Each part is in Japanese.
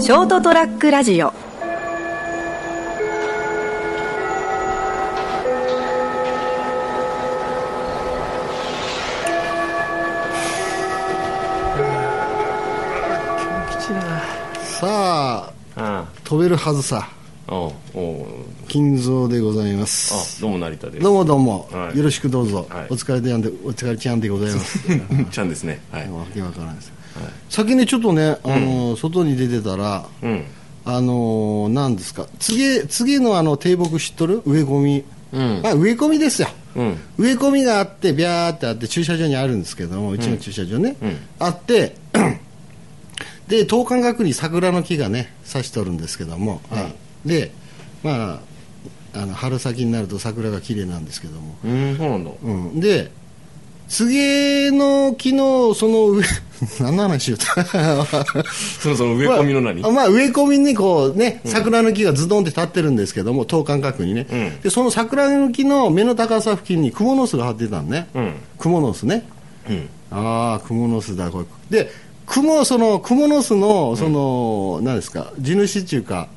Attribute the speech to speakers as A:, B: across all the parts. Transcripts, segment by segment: A: ショートトラックラジオ
B: さあ
C: あ
B: 飛べるはずさ
C: あおうおう
B: 金蔵でございま
C: あ
B: す
C: どうも成田です
B: どうもどうも、
C: はい
B: よろしくどうぞ、
C: はい
B: お疲れでやんでお疲れちゃんでございます
C: ちゃんですねはい
B: わけわからないです、先にちょっとねあの、外に出てたら
C: うん
B: あの何ですか次次のあの低木知っとる植え込み、
C: うん
B: まあ、植え込みですよ、
C: うん
B: 植え込みがあってビャーってあって駐車場にあるんですけどもうちの駐車場ね、
C: うん
B: あって で等間隔に桜の木がね刺しとるんですけども、はいでまああの春先になると桜が綺麗なんですけども、
C: うんそうなんだ
B: うん、で柘の木のその上 何の話しようと
C: そのその植え込みの何
B: まあ、まあ植え込みにこうね桜の木がズドンって立ってるんですけども等間隔にね、
C: うん
B: でその桜の木の目の高さ付近にクモの巣が張ってたんね、
C: うん
B: クモの巣ね
C: うん
B: ああクモの巣だこれでクモそのクモの巣のその、何ですか地主っていうか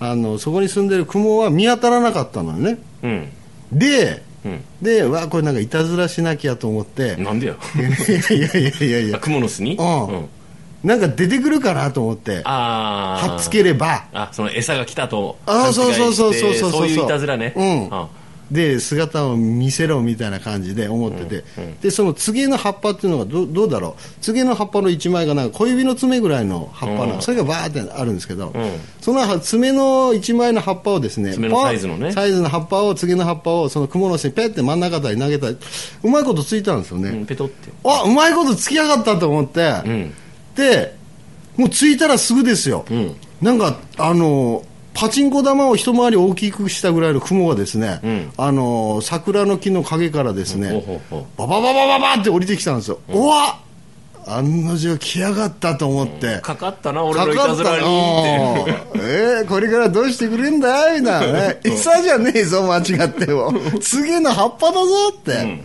B: あのそこに住んでるクモは見当たらなかったのよね
C: うん
B: で、
C: うん
B: でわあこれなんかいたずらしなきゃと思って、
C: なんでや
B: いやいやいやいやい
C: あ
B: や
C: 蜘蛛の巣に
B: うんなんか出てくるかなと思って
C: ああ
B: はっつければ
C: あその餌が来たと
B: あーそうそうそうそうそう
C: そういういたずらね
B: うん
C: あ
B: で姿を見せろみたいな感じで思ってて、でその柘の葉っぱっていうのがどどうだろう柘の葉っぱの一枚がなんか小指の爪ぐらいの葉っぱな、
C: うん
B: それがバーってあるんですけど、
C: うん
B: その葉爪の一枚の葉っぱをですね
C: 爪の
B: ポン
C: サイズのね
B: サイズの葉っぱを柘の葉っぱをその蜘蛛の巣にペッて真ん中あたりに投げたりうまいことついたんですよね、
C: うんペトって
B: あうまいことつきやがったと思って、
C: ん
B: でもう着いたらすぐですよ、
C: ん
B: なんかあのパチンコ玉を一回り大きくしたぐらいの雲がですね、
C: ん
B: あの桜の木の陰からですね、
C: ほうほうほ
B: ババババババって降りてきたんですよ、うわ案の定来やがったと思って、
C: うかかったな俺のいたずらに
B: か
C: っ
B: かったなえーこれからどうしてくれんだいみたいなね餌じゃねえぞ間違っても次の葉っぱだぞって、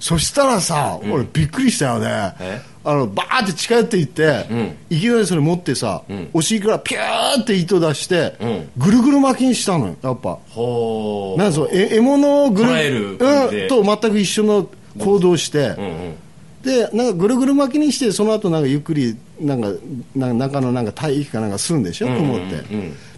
B: そしたらさ俺びっくりしたよね、
C: え
B: あのバーって近寄っていって、いきなりそれ持ってさ、お尻からピューって糸出して、
C: ん
B: ぐるぐる巻きにしたのよやっぱ
C: てほう
B: なんかそうえ獲物をぐる
C: 捕らえる感じで
B: うん、と全く一緒の行動をして、
C: うん
B: でなんかぐるぐる巻きにしてその後なんかゆっくりなんかなんか中のなんか体液かなんかするんでしょ雲っ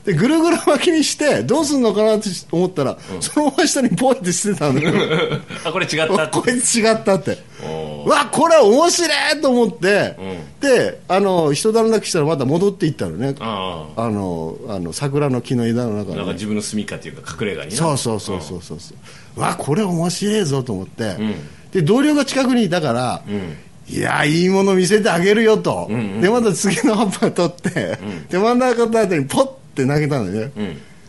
B: て、でぐるぐる巻きにしてどうすんのかなって思ったら、その真下にポイってしてたのよ
C: あこれ違った
B: こいつ違ったって
C: お
B: わこれ面白いと思って、であの人だらなくしたらまた戻っていったのねあ
C: ああ
B: のあの桜の木の枝の中
C: なん
B: に、
C: か自分の住みかっていうか隠れ家にな
B: そうそうそうそうそうそうわこれ面白いぞと思って、で同僚が近くにいたから、いやいいもの見せてあげるよと、でまた次の葉っぱ取って、で真ん中のあたりにポッて投げたのね、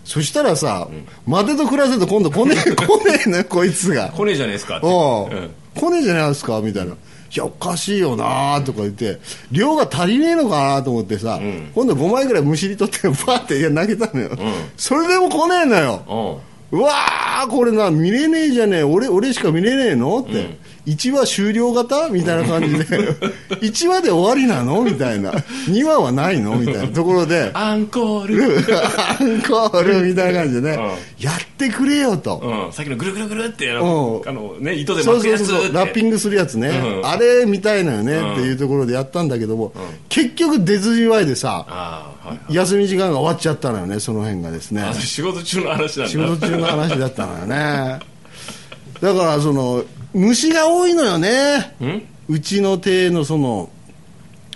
B: そしたらさ、待てと暮らせと今度来 ねえ来ねえのよこいつが
C: 来ねえじゃないですかって
B: おう
C: うん
B: 来ねえじゃないですかみたいな。いやおかしいよなとか言って量が足りねえのかなと思ってさ、今度5枚ぐらいむしり取ってバーっていや投げたのよ、それでも来ねえのよ、
C: おう
B: うわー、これな、見れねえじゃねえ、俺俺しか見れねえのって、一1話終了型みたいな感じで、1話で終わりなのみたいな、2話はないのみたいなところで、
C: アンコール
B: アンコールみたいな感じでね、
C: う
B: やってくれよと。
C: うん、さっきのぐるぐるぐるってあ
B: う
C: の
B: ん
C: あの、ね、糸で
B: そ
C: 巻
B: うそう
C: くやつ
B: そうそう
C: って
B: ラッピングするやつね、
C: うん
B: あれみたいなよね、っていうところでやったんだけども、結局出ずじわいでさ
C: ああ、はい、
B: 休み時間が終わっちゃったのよねその辺がですね
C: あの仕事中の話なんだ
B: 仕事中の話だったのよねだからその虫が多いのよねうちの庭のその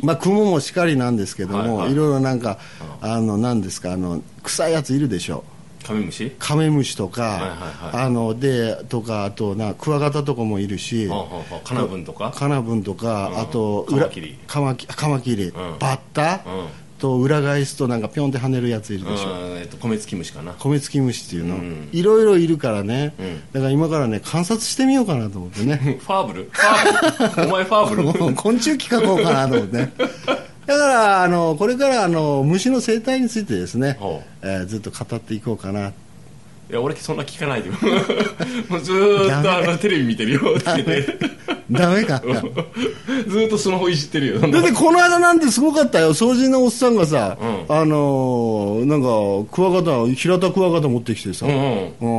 B: まあ雲もしかりなんですけども、
C: はいいはい
B: ろいろなんかあのなんですかあの臭いやついるでしょ
C: カメムシ
B: カメムシとか、
C: いはいは
B: あのでとかあとなクワガタとかもいるし、
C: はあはあはあカナブンとか
B: カナブンとか、あと
C: カマキリ
B: カマキカマキリ、
C: ん
B: バッタ、
C: うん
B: と裏返すとなんかピョンって跳ねるやついる
C: うん
B: でしょ、
C: えっと米付き虫かな
B: 米付き虫っていうの、
C: ん
B: いろいろいるからね、
C: ん
B: だから今からね観察してみようかなと思ってね
C: ファーブルファーブルお前ファーブ
B: もう
C: ル
B: 昆虫記書こうかなと思ってねだからあのこれからあの虫の生態についてですね
C: ほう、
B: えーずっと語っていこうかな
C: いや俺そんな聞かないよ もうずーっとあのテレビ見てるよって 言って
B: ダメか
C: ずーっとスマホいじってるよ
B: だってこの間なんてすごかったよ掃除のおっさんがさ、
C: うん
B: あのーなんかクワガタ平田クワガタ持ってきてさ、
C: う
B: うん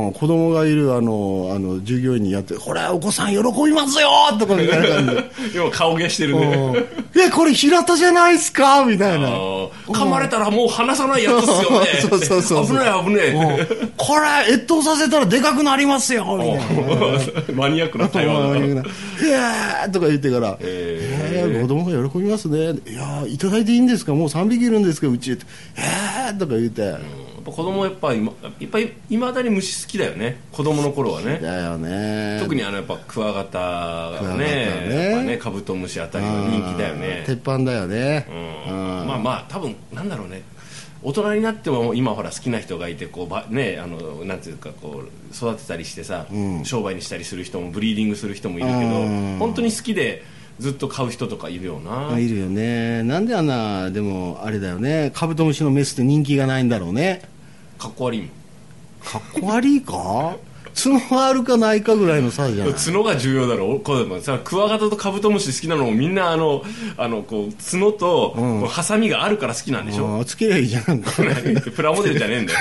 B: ん
C: うん
B: 子供がいるあのあの従業員にやって「これお子さん喜びますよ!」とかみたいな感じで
C: 今顔毛してる
B: うん
C: ね
B: えこれ平田じゃないっすか?」みたい
C: あ
B: な
C: の噛まれたらもう離さないやつっすよね
B: そうそうそう
C: 危ない危ね
B: うんこれ越冬させたらでかくなりますよみたいな
C: えマニアックな 台湾だな
B: 「いやー」とか言ってから「
C: え
B: えー、子供が喜びますねいやーいただいていいんですかもう3匹いるんですかうち」って「えー」とか言って、
C: やっぱ子供やっぱ今いっぱいいまだに虫好きだよね子供の頃はね
B: だよね
C: 特にあのやっぱクワガタが
B: クワガタ
C: ね
B: ね
C: やっぱねカブトムシあたりが人気だよね
B: 鉄板だよね、
C: うんまあまあ多分なんだろうね大人になっても今ほら好きな人がいてこうばねあのなんていうかこう育てたりしてさ、商売にしたりする人もブリーディングする人もいるけど
B: うん
C: 本当に好きでずっと買う人とかいるよな、
B: いるよねなんであんなでもあれだよねカブトムシのメスって人気がないんだろうね
C: かっこ悪いもん
B: かっこ悪いか角があるかないかぐらいの差じゃない
C: 角が重要だろこうでもさクワガタとカブトムシ好きなのもみんなあのあのこう角とこうハサミがあるから好きなんでしょ、
B: あーつけりゃいいじゃんなんか
C: プラモデルじゃねえん だよ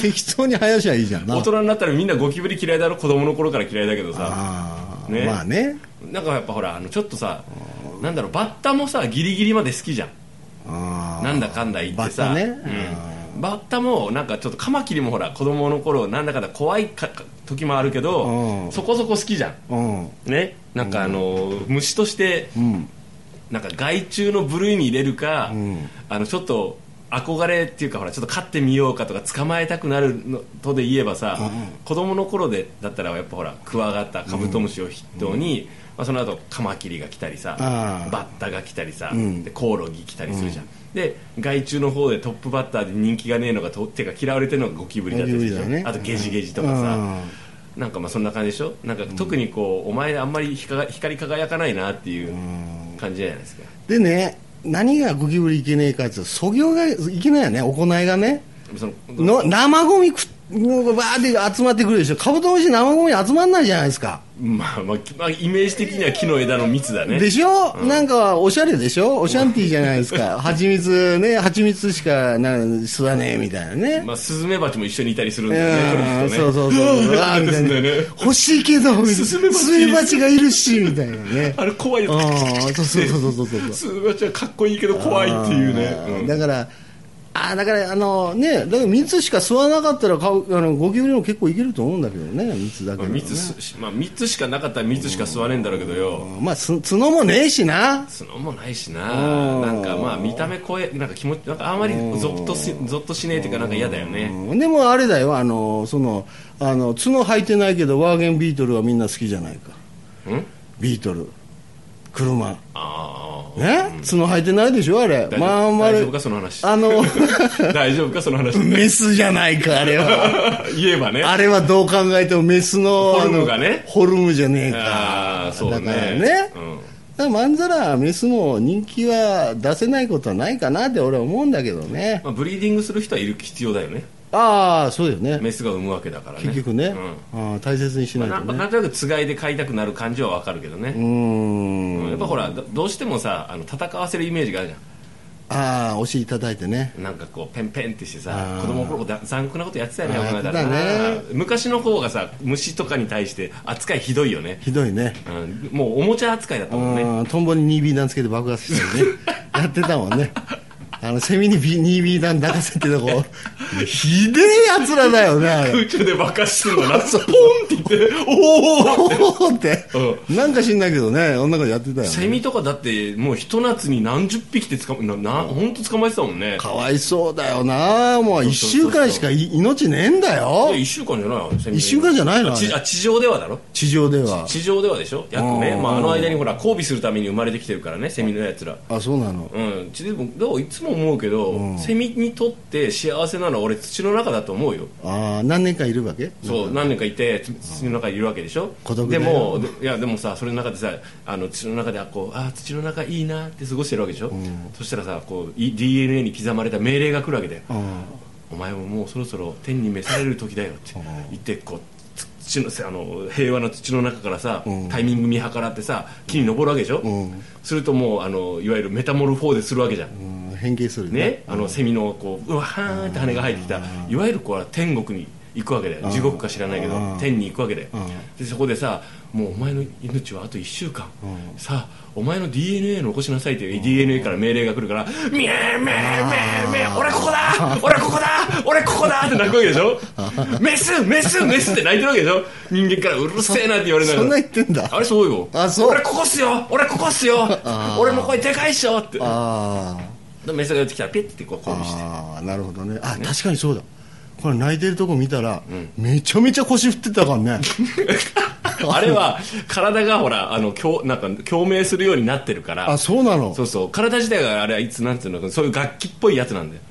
B: 適当に生やしゃいいじゃんな
C: 大人になったらみんなゴキブリ嫌いだろ子供の頃から嫌いだけどさ
B: あー
C: ね
B: まあね
C: なんかやっぱほらあのちょっとさなんだろうバッタもさギリギリまで好きじゃんな
B: なん
C: だかんだ言ってさ
B: バッタね
C: うんバッタもなんかちょっとカマキリもほら子供の頃なんだかんだ怖いかか時もあるけ
B: う
C: ど
B: ん
C: そこそこ好きじゃ
B: うん
C: んねなんかあの虫として
B: うん
C: なんか害虫の部類に入れるか
B: ん
C: あのちょっと憧れっていうかほらちょっと飼ってみようかとか捕まえたくなるのとで言えばさ子供の頃でだったらやっぱほらクワガタカブトムシを筆頭に、まあ、その後カマキリが来たりさ
B: あー
C: バッタが来たりさ、
B: ん
C: でコオロギ来たりするじゃん、で害虫の方でトップバッターで人気がねえのがとてか嫌われてるのがゴキブリだったりするじゃ
B: ゴ
C: ん、
B: キブリだね
C: あとゲジゲジとかさ、
B: うん
C: なんかまあそんな感じでしょなんか特にこう、お前あんまり光り光り輝かないなっていう感じじゃないですか、
B: でね何がゴキブリいけねえかって言うとそぎょうがいけないよね行いがね
C: その
B: の生ゴミくのバーって集まってくるでしょカブトムシ生ゴミ集まんないじゃないですか、
C: まあまあ、きまあ、イメージ的には木の枝の蜜だね
B: でしょ、なんかおしゃれでしょおシャンティーじゃないです か蜂蜜ね蜂蜜しかな吸わねえみたいなね、
C: まあ、スズメバチも一緒にいたりするん
B: う
C: だよ
B: ん
C: ねこれきっ
B: そう
C: とね
B: そうそううわーみたいな
C: そうですね
B: 欲しいけどみたいな
C: スズメバ チ
B: スズメバチがいるしみたいなね
C: あれ怖いよ
B: うんそうそうそうそうそうそう
C: スズメバチはかっこいいけど怖いっていうね
B: あー
C: うん
B: だからあーだからあのねだから蜜しか吸わなかったら買うあのゴキブリも結構いけると思うんだけどね蜜だけ
C: ま
B: で
C: あ
B: もね
C: 蜜す、まあ、蜜しかなかったら蜜しか吸わねえんだろうけどよ
B: まあす角もねえしな
C: 角もないし
B: う
C: なんなんかまあ見た目声なんか気持ちなんかあんまりゾッとしゾッとしねえっていうかなんか嫌だよね
B: うんでもあれだよあのそのあの角履いてないけどワーゲンビートルはみんな好きじゃないか
C: うん
B: ビートル車
C: ああ
B: ね角履いてないでしょあれ
C: 大丈夫
B: まあま
C: 大
B: り
C: 丈夫かその話
B: あ の
C: 大丈夫かその話
B: メスじゃないかあれは
C: 言えばね
B: あれはどう考えてもメスの
C: フォルムがね
B: あのフォルムじゃねえか
C: ああそうね
B: だからね、
C: うん
B: だからまんざらメスも人気は出せないことはないかなって俺は思うんだけどね
C: まあ、ブリーディングする人はいる必要だよね
B: ああそうだよね
C: メスが産むわけだからね
B: 結局ね、
C: うん
B: ああ大切にしないと
C: なんか
B: ね、
C: なんとなくつがいで飼いたくなる感じはわかるけどね、
B: うーん
C: やっぱほらどどうしてもさあの戦わせるイメージがあるじゃ
B: ああお尻叩いてね
C: んなんかこうペンペンってしてさ
B: あー
C: 子供の頃だ残酷なことやってたよね
B: あー
C: お前
B: や
C: ら
B: ってたね
C: あー昔の方がさ虫とかに対して扱いひどいよね、
B: ひどいね
C: うん、もうおもちゃ扱いだった
B: う
C: もんね
B: んトンボに 2B 弾つけて爆発した りねやってたもんねあのセミに B- 2B 弾抱かせてたこうひでえやつらだよねあれ
C: 空中で爆発するんだ なポンって言って
B: お
C: おお
B: ーって、なんか知んないけどね女の子やってたよ、ね、
C: セミとかだってもうひと夏に何十匹って捕まなな本当捕まえてたもんね
B: かわいそうだよなもう1
C: そうそう
B: 週間しかい命ねえんだよ
C: 1週間じゃないのセミ
B: 一週間じゃないの
C: あ
B: あ
C: 地
B: れ
C: あ地上ではだろ
B: 地上では
C: 地上ではでしょ約
B: う
C: ね、
B: ん
C: まあ、あの間にほら交尾するために生まれてきてるからねセミのやつら
B: あそうなの
C: うんちでもでもいつも思うけど、セミにとって幸せなのは俺土の中だと思うよ
B: ああ何年かいるわけ
C: そう何年かいてつ土の中にいるわけでしょ
B: 孤独だ
C: で
B: よ
C: もでいやでもさそれの中でさあの土の中であこうあー土の中いいなって過ごしてるわけでしょ、そしたらさこうい DNA に刻まれた命令が来るわけだよ、
B: うん
C: お前ももうそろそろ天に召される時だよって言ってこう土のあの平和な土の中からさ、
B: うん
C: タイミング見計らってさ木に登るわけでしょ、
B: うん
C: するともうあのいわゆるメタモルフォーゼするわけじゃん、
B: うん変形するよ
C: ね、あのセミのこううわーんって羽が生えてきたいわゆるこう天国に行くわけだよ地獄か知らないけど
B: うん
C: 天に行くわけだよ
B: ん
C: でそこでさもうお前の命はあと1週間さあお前の DNA 残しなさいっていう DNA から命令が来るから「ミャーミャーミャーミャー俺ここだ俺ここだ俺ここだ!」って泣くわけでしょ「メスメスメス!」って泣いてるわけでしょ人間から「うるせえな」って言われながら
B: そんな言ってんだ
C: あれそうよ
B: あそう
C: 俺ここっすよ俺ここっすよ
B: あー
C: 俺の声でかいっしょって
B: あー
C: でメスが寄ってきたらピッてこう交尾して
B: あーなるほどねあ確かにそうだこれ泣いてるとこ見たら、めちゃめちゃ腰振ってたから ね
C: あれは体がほらあの共なんか共鳴するようになってるから
B: あそうなの
C: そうそう体自体があれはいつなんていうのそういう楽器っぽいやつなんだよ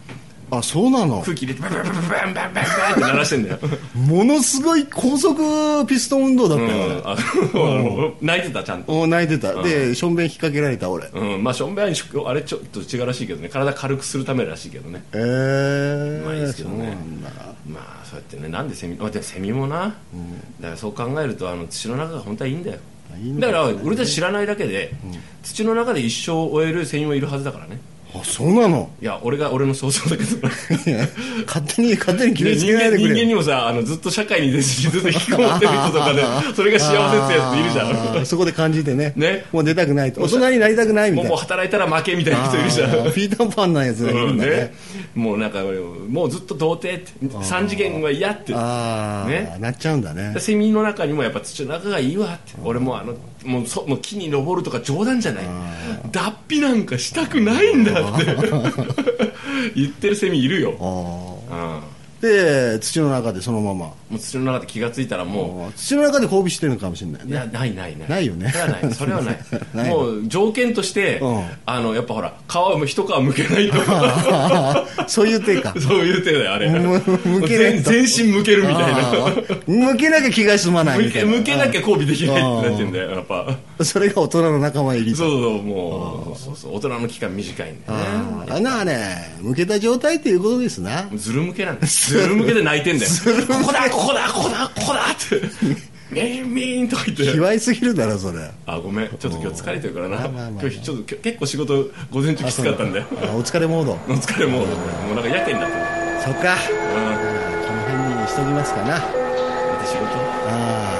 B: あそうなの
C: 空気入れてバンバンバンバンバンバンバンって鳴らしてんだよ、
B: ものすごい高速ピストン運動だった
C: う
B: よ、
C: ん、あの泣いてたちゃんと、
B: 俺もう泣いてた、でしょんべん引っ掛けられた俺
C: うん、まあしょんべんはしょあれちょっと違うらしいけどね体軽くするためらしいけどね
B: えー、
C: うまいですけどね
B: そうなんだ
C: まあそうやってねなんでセミまあでもセミもな、だからそう考えるとあの土の中が本当はいいんだよ
B: いいのか
C: だ
B: も
C: か
B: ね
C: ら俺たち知らないだけで、土の中で一生を終えるセミもいるはずだからね
B: あそうなの
C: いや俺が俺の想像だけ ど
B: いや勝手に勝手に決めつけ
C: 人
B: な
C: 間
B: いでく
C: 人間
B: れ
C: にもさあのずっと社会に出ずずっと引きこもってる人とかで それが幸せってやついるじ
B: あー
C: ゃ
B: そこで感じてね
C: ね
B: もう出たくないと大人になりたくない
C: ん
B: み
C: も
B: たい
C: うもう
B: な
C: 働いたら負けみたいな人いるじゃん
B: あーピーターパンなやつがいる
C: うんん
B: だね
C: ね、もうなんかもうずっと童貞って3次元は嫌って
B: ああ、
C: ね
B: なっちゃうんだね
C: セミの中にもやっぱ土の中がいいわって俺もうあのもうそもう木に登るとか冗談じゃない脱皮なんかしたくないんだって 言ってるセミいるよ、
B: あ
C: うん、も
B: ーで土の中でそのまま
C: う土の中で気がついたらもう
B: あー土の中で交尾してるのかもしれない
C: い
B: ね
C: やないないない
B: ないよね
C: それはないそれはない
B: ないの
C: もう条件として、
B: うん
C: あのやっぱほら皮を一皮むけないと
B: あーそういう手か
C: そういう手だよあれ
B: むむけないと
C: 全全身むけるみたい
B: あ
C: な
B: ー向けなきゃ気が済まない
C: む
B: みた
C: け
B: いな
C: むけなきゃ交尾できないってなってんだよやっぱ
B: あーそれが大人の仲間入り
C: そうそうもうそうそう大人の期間短いんだよね
B: あーあんなはね向けた状態っていうことですな
C: ずるむけなんだよずるむけで泣いて んだよここだここだここだここだってメンメンとか言って
B: 卑猥すぎるだろそれ
C: あごめんちょっと今日疲れてるから
B: ま
C: な
B: あまあまあまあ
C: 今日ちょっと今日結構仕事午前中きつかったんだよ
B: あーお疲れモード
C: お疲れもうもうなんかやけになった
B: そっか
C: うん
B: この辺にしときますかな
C: また仕事
B: あ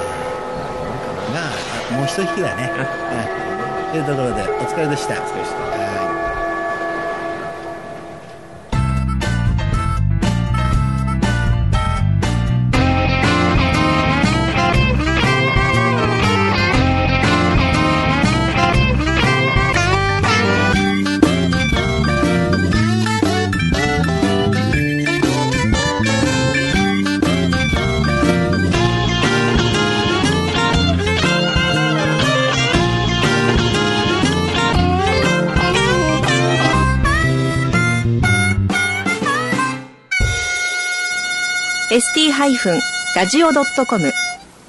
B: ーなあもう一匹だねうんというところでお疲れでした
C: お疲れ様でした
B: はい
A: ST-radio.com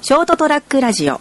A: ショートトラックラジオ